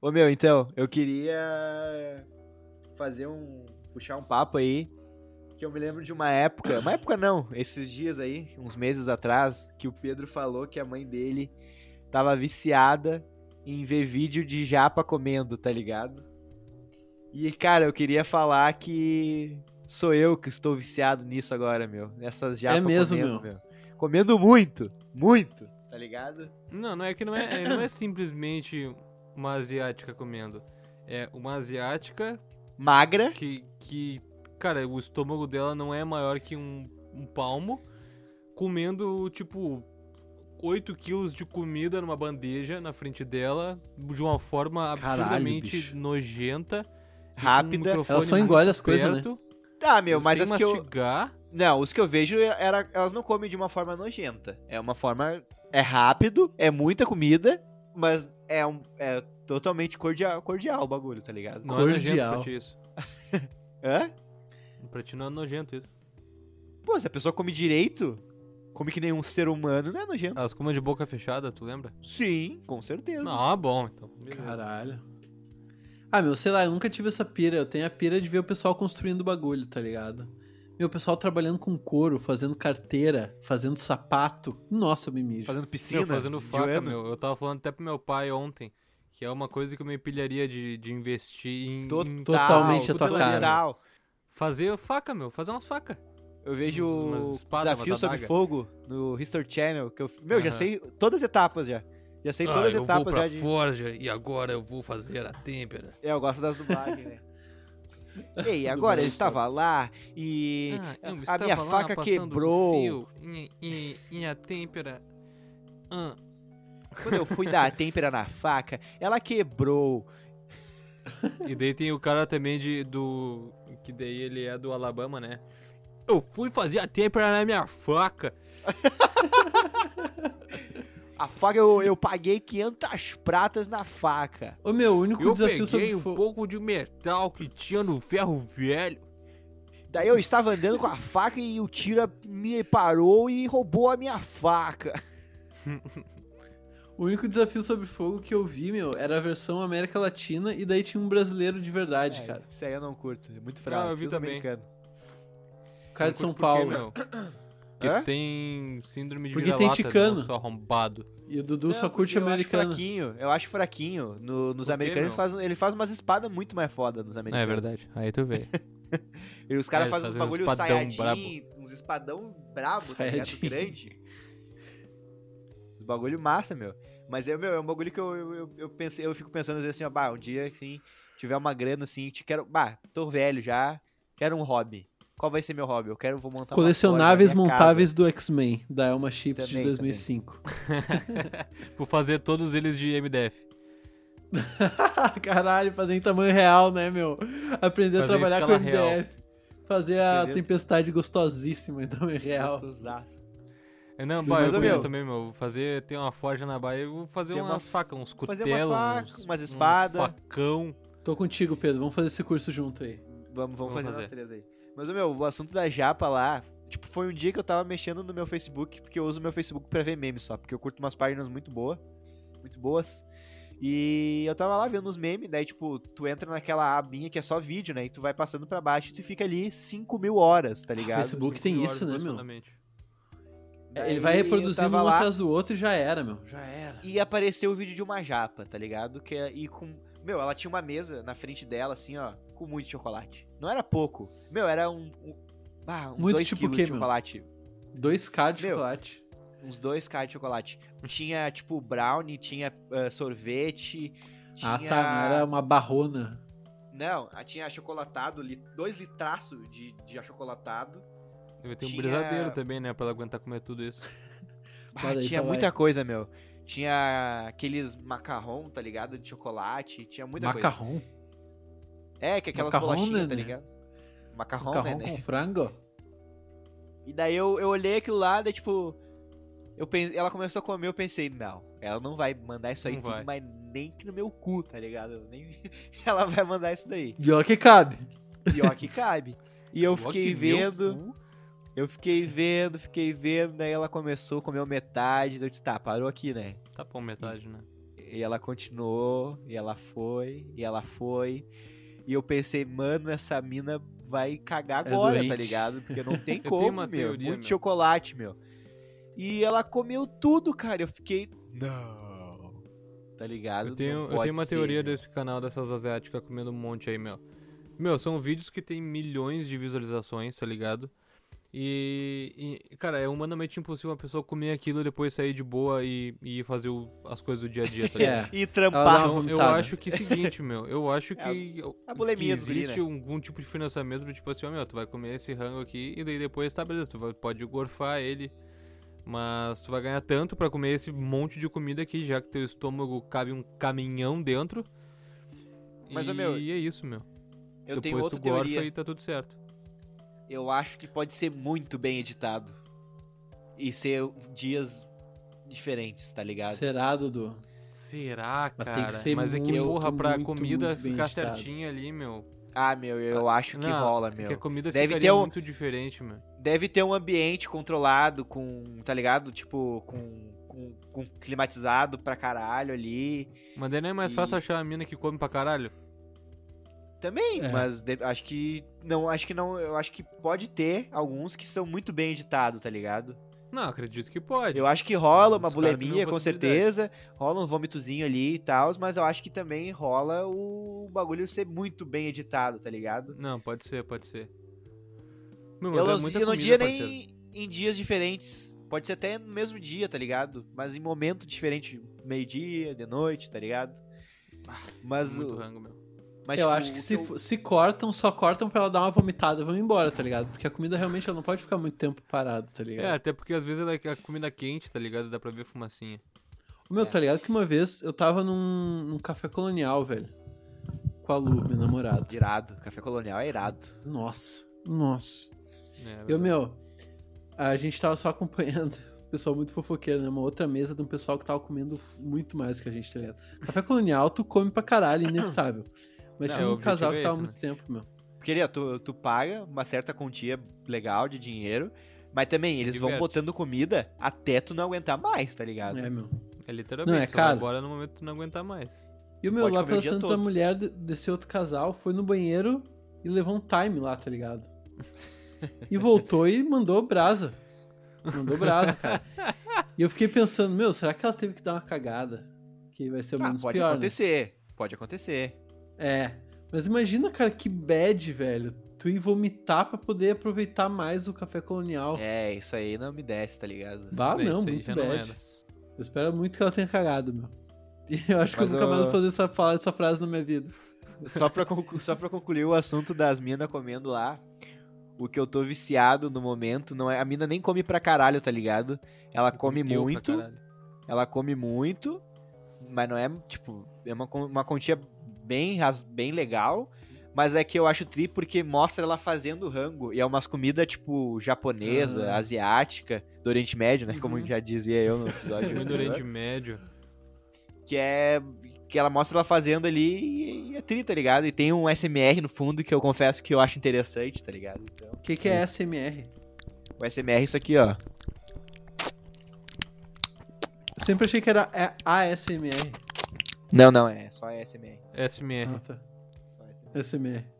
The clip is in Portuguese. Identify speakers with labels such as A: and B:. A: Ô meu, então, eu queria fazer um. puxar um papo aí. Que eu me lembro de uma época. Uma época não, esses dias aí, uns meses atrás, que o Pedro falou que a mãe dele tava viciada em ver vídeo de japa comendo, tá ligado? E, cara, eu queria falar que sou eu que estou viciado nisso agora, meu. Nessas japa
B: É mesmo,
A: comendo,
B: meu?
A: Comendo muito, muito, tá ligado?
C: Não, não é que não é, é- não é simplesmente uma asiática comendo. É uma asiática
B: É?
A: Magra.
C: que, que cara, o estômago dela não é maior que um, um palmo, comendo, tipo, 8 quilos de comida numa bandeja na frente dela, de uma forma
B: Caralho,
C: absurdamente
B: bicho.
C: Rápida. nojenta. e com um
A: Rápida.
C: microfone
B: Ela só engole as
C: muito
B: coisas, né?
C: perto,
A: Tá, meu, mas
C: sem
A: as que eu.
C: mastigar.
A: Não, os que eu vejo é, era, elas não comem de uma forma nojenta. É uma forma é rápido, é muita comida, mas é um é totalmente cordial, cordial o bagulho, tá ligado?
C: Não é nojento
B: Cordial.
C: pra ti isso.
A: Hã?
C: Pra ti não é nojento isso.
A: Pô, se a pessoa come direito, come que nenhum ser humano, não é nojento?
C: Elas comem de boca fechada, tu lembra?
A: Sim, com certeza.
C: Ah, bom, então. beleza.
B: Caralho. Ah, meu, sei lá, eu nunca tive essa pira. Eu tenho a pira de ver o pessoal construindo bagulho, tá ligado? Meu, o pessoal trabalhando com couro, fazendo carteira, fazendo sapato. Nossa, eu me mijo.
A: Fazendo
C: Meu,
A: piscina,
C: fazendo
A: de
C: faca,
A: ano.
C: meu. Eu tava falando até pro meu pai ontem, que é uma coisa que eu me pilharia de, de investir em, em
A: Total,
B: Totalmente a tua
C: tutelaria.
B: cara.
A: total.
C: Fazer faca, meu. Fazer umas facas.
A: Eu vejo
C: Umas
A: o
C: espadas,
A: Desafio
C: umas
A: sobre
C: adaga.
A: Fogo no History Channel, que eu, meu, já
C: Aham.
A: sei todas as etapas já. Já
C: Ah,
A: sei todas as etapas já de
C: forja e agora eu vou fazer a têmpera.
A: É, eu gosto das dublagens, né? Ei, agora eu estava lá e
C: Ah.
A: a minha faca
C: um
A: quebrou.
C: E, e- e a têmpera... Ah,
A: Quando eu fui dar a têmpera na faca, ela quebrou.
C: E daí tem o cara também de do que daí ele é do Alabama, né? Eu fui fazer a têmpera na minha faca.
A: A faca, eu, eu paguei 500 pratas na faca.
B: Ô, meu, o único
C: eu
B: desafio
C: peguei
B: sobre
C: um
B: fogo.
C: pouco de metal que tinha no ferro velho.
A: Daí eu estava andando com a faca e o tira me parou e roubou a minha faca.
B: O único desafio sobre fogo que eu vi, meu, era a versão América Latina e daí tinha um brasileiro de verdade,
A: É,
B: cara.
A: Isso aí eu não curto, é muito fraco.
C: Ah, eu vi
A: tudo
C: também.
A: Americano.
B: O cara
C: Não
B: de São
C: curto por quê,
B: Paulo.
C: meu? Que
A: Hã?
C: tem síndrome de
B: Porque tem
C: vira-lata,
B: ticano.
C: não, Sou arrombado.
B: E o Dudu
A: Não,
B: só
A: porque
B: curte
A: eu acho tá
B: americano.
A: fraquinho, eu acho fraquinho. No- nos
C: Por quê,
A: americanos ele
C: meu?
A: faz, ele faz umas espadas muito mais foda nos
C: É
A: americanos.
C: verdade. Aí tu vê.
A: E os
C: É,
A: caras fazem uns
C: eles fazem uns
A: bagulho
C: espadão
A: saiadinho, uns espadão brabo, tá ligado?
B: Saiyajin.
A: Grande. Os bagulho massa, meu. Mas é, meu, é um bagulho que eu, eu, eu, eu pensei, eu fico pensando às vezes assim, ó, bah, um dia assim, tiver uma grana assim, te quero, bah, tô velho já, quero um hobby. Qual vai ser meu hobby? Eu quero, vou montar uma
B: Colecionáveis
A: forja na minha
B: montáveis do X-Men, da Elma Chips
A: Também,
B: de 2005.
C: Vou fazer todos eles de MDF.
B: Ah, Caralho, fazer em tamanho real, né, meu? Aprender a
C: Fazer em
B: trabalhar com
C: escala real.
B: MDF. Fazer a
A: Entendeu?
B: tempestade gostosíssima em tamanho
A: casa.
B: real.
A: Gostosaço.
C: É, Não,
B: Mas,
C: bah, eu
A: ô,
C: queria
A: meu,
C: também, meu. Vou fazer, tem uma forja na baia, eu vou fazer
A: Tem
C: umas
A: umas-
C: facas, uns
A: fazer umas
C: cutelos,
A: facas,
C: uns,
A: umas
C: uns
A: espadas.
C: facão.
B: Tô contigo, Pedro. Vamos fazer esse curso junto aí.
A: Vamos, vamos
C: Vamos
A: fazer, nós
C: fazer.
A: três aí. Mas, ô, meu, o assunto da japa lá, tipo, foi um dia que eu tava mexendo no meu Facebook, porque eu uso meu Facebook pra ver memes só, porque eu curto umas páginas muito boas, muito boas. E eu tava lá vendo uns memes, daí, tipo, tu entra naquela abinha que é só vídeo, né, e tu vai passando pra baixo e tu fica ali 5 mil horas, tá ligado?
B: Facebook. Book tem
C: Cinco
B: isso,
C: horas,
B: né, meu?
C: aproximadamente.
A: Daí
B: Ele vai
A: eu
B: reproduzindo
A: tava
B: um
A: lá-
B: atrás do outro e já era, meu. Já era.
A: E apareceu o vídeo de uma japa, tá ligado? Que é, e com. Meu, ela tinha uma mesa na frente dela, assim, ó, com muito chocolate. Não era pouco. Meu, era um. um ah, uns
B: Muito
A: dois
B: tipo
A: quilos
B: o quê,
A: de
B: meu?
A: chocolate.
B: 2K de
A: Meu.
B: chocolate.
A: uns 2k de chocolate. Tinha, tipo, brownie, tinha ah, sorvete, tinha...
B: Ah, tá. Não era uma barrona.
A: Não, ah, tinha achocolatado, li... dois litraços de, de achocolatado.
C: Deve ter um
A: Tinha-
C: brisadeiro também, né? Pra ela aguentar comer tudo isso.
A: Ah,
B: Olha aí,
A: tinha
B: só vai.
A: muita coisa, meu. Tinha aqueles macarrão, tá ligado? De chocolate, tinha muita
B: Macarrão.
A: coisa. É, que aquelas
B: Macarrão,
A: bolachinhas,
B: né,
A: tá
B: né?
A: ligado? Macarrão,
B: Macarrão
A: né, né?
B: com frango.
A: E daí eu, eu olhei aquilo lá, daí, tipo... Eu pense... Ela começou a comer, eu pensei, não, ela não vai mandar isso aí
C: Não
A: tudo,
C: vai.
A: mas nem que no meu cu, tá ligado? Nem... ela vai mandar isso daí.
B: E olha que cabe.
A: Pior que cabe. E eu fiquei
C: Ó, que meu
A: vendo,
C: cu.
A: eu fiquei vendo, fiquei vendo, daí ela começou, comeu metade, eu disse, tá, parou aqui, né?
C: Tá bom, metade, né?
A: E ela continuou, e ela foi, e ela foi. E eu pensei, mano, essa mina vai cagar
B: É
A: agora, tá
B: doente.
A: ligado? Porque não tem
C: tenho
A: como,
C: uma
A: meu.
C: teoria,
A: muito
C: meu.
A: chocolate, meu. E ela comeu tudo, cara. Eu fiquei, não. Tá ligado?
C: Eu tenho,
A: Não
C: eu
A: pode
C: tenho uma
A: ser, né?
C: teoria
A: meu.
C: desse canal dessas asiáticas comendo um monte aí, meu. Meu, são vídeos que tem milhões de visualizações, tá ligado? E, e, cara, é humanamente impossível uma pessoa comer aquilo e depois sair de boa e, e fazer o- as coisas do dia a dia, tá ligado?
B: É.
A: E
B: Ela dá
A: trampar.
B: uma
C: Então, eu
B: vomitada.
C: acho que é o seguinte, meu. Eu acho
A: É,
C: que,
A: a bulimia
C: que
A: dos guri, né?
C: existe algum tipo de financiamento do tipo assim, ó, meu, tu vai comer esse rango aqui e daí depois, tá, beleza, tu vai- pode gorfar ele. Mas tu vai ganhar tanto pra comer esse monte de comida aqui, já que teu estômago cabe um caminhão dentro.
A: Mas,
C: e
A: ô, meu,
C: é isso, meu.
A: Eu
C: depois
A: tenho outra
C: tu gorfa
A: teoria.
C: e tá tudo certo.
A: Eu acho que pode ser muito bem editado. E ser dias diferentes, tá ligado?
B: Será, Dudu?
C: Será,
B: Mas
C: cara?
B: tem que ser
C: Mas é que,
B: muito,
C: porra, pra
B: muito,
C: comida
B: muito bem
C: ficar
B: editado.
C: certinha ali, meu.
A: Ah, meu, eu acho que
C: Não,
A: rola,
C: é Que a
A: meu.
C: comida
A: Deve
C: ficaria
A: ter um-
C: muito diferente, meu.
A: Deve ter um ambiente controlado com, tá ligado? Tipo, com, com, com climatizado pra caralho ali.
C: Mas daí não é mais
A: E-
C: fácil achar a mina que come pra caralho?
A: Também,
B: É.
A: mas de- acho que não, acho que não, eu acho que pode ter alguns que são muito bem editados, tá ligado?
C: Não, acredito que pode.
A: Eu acho que rola uma
C: Os caras têm
A: bulimia,
C: uma
A: com
C: possibilidade.
A: certeza, rola um vômitozinho ali e tal, mas eu acho que também rola o bagulho ser muito bem editado, tá ligado?
C: Não, pode ser, pode ser. Meu,
A: eu
C: mas é
A: não,
C: muita
A: eu não
C: comida,
A: dia
C: parceiro.
A: nem em dias diferentes. Pode ser até no mesmo dia, tá ligado? Mas em momento diferente, meio-dia, de noite, tá ligado? Mas,
C: Ah, Muito
A: o-
C: rango, meu.
A: mas
B: eu
A: tipo,
B: acho que
A: o
B: se,
A: eu-
B: fo- se cortam, só cortam pra ela dar uma vomitada e vão embora, tá ligado? Porque a comida realmente ela não pode ficar muito tempo parada, tá
C: É,
B: ligado?
C: até porque às vezes ela é a comida quente, tá ligado? Dá pra ver fumacinha.
B: O Meu,
A: É.
B: tá ligado que uma vez eu tava num, num café colonial, velho. Com a Lu, minha namorada.
A: Irado, café colonial é irado.
B: Nossa, nossa.
C: É,
B: Eu, meu, a gente tava só acompanhando. o Pessoal muito fofoqueiro, né? Uma outra mesa de um pessoal que tava comendo muito mais que a gente, tá ligado? Café colonial, tu come pra caralho, inevitável. Mas
C: Não,
B: tinha
C: o
B: um
C: objetivo
B: casal
C: é
B: que tava há
C: esse,
B: muito tempo, meu.
A: Porque ali, ó, tu, tu paga uma certa quantia legal de dinheiro, mas também eles vão
C: Diverte.
A: botando comida até tu não aguentar mais, tá ligado?
B: É, meu.
C: É literalmente.
B: Não, é
C: só
B: caro.
C: Agora no momento tu não aguentar mais.
B: E o meu,
A: Pode
B: lá
A: comer o
B: pelas
A: dia
B: tantas, a
A: todo.
B: mulher de- desse outro casal foi no banheiro e levou um time lá, tá ligado? E voltou e mandou brasa. Mandou brasa, cara. E eu fiquei pensando, meu, será que ela teve que dar uma cagada? Que vai ser o
A: Ah,
B: menos
A: pode
B: pior, né?
A: acontecer, pode acontecer.
B: É. Mas imagina, cara, que bad, velho. Tu ir vomitar pra poder aproveitar mais o café colonial.
A: É, isso aí não me desce, tá ligado?
B: Bah,
C: Bem,
B: Ah, não,
C: isso aí
B: muito
C: já
B: bad.
C: não é era.
B: eu espero muito que ela tenha cagado, meu. E eu acho que eu
A: Mas
B: nunca mais
A: eu-
B: vou fazer essa, falar essa frase na minha vida.
A: Só pra, conclu- só pra concluir o assunto das minas comendo lá, o que eu tô viciado no momento não é. A mina nem come pra caralho, tá ligado? Ela come
C: Eu pra
A: muito,
C: caralho.
A: ela come muito, mas não é, tipo, é uma, con- uma quantia bem, ras- bem legal. Mas é que eu acho tri porque mostra ela fazendo rango. E é umas comidas, tipo, japonesa,
B: Ah.
A: asiática, do Oriente Médio, né? Como
C: Uhum.
A: já dizia eu no episódio.
C: Comida do
A: anterior.
C: Oriente Médio.
A: que é que ela mostra ela fazendo ali e é tri, tá ligado? E tem um SMR no fundo que eu confesso que eu acho interessante, tá ligado? Então,
B: O que, que é SMR?
A: o SMR é isso aqui, ó.
B: Eu sempre achei que era é ASMR.
A: Não, não, é só SMR.
C: SMR.
B: Ah, tá.
A: Só SMR.
B: SMR.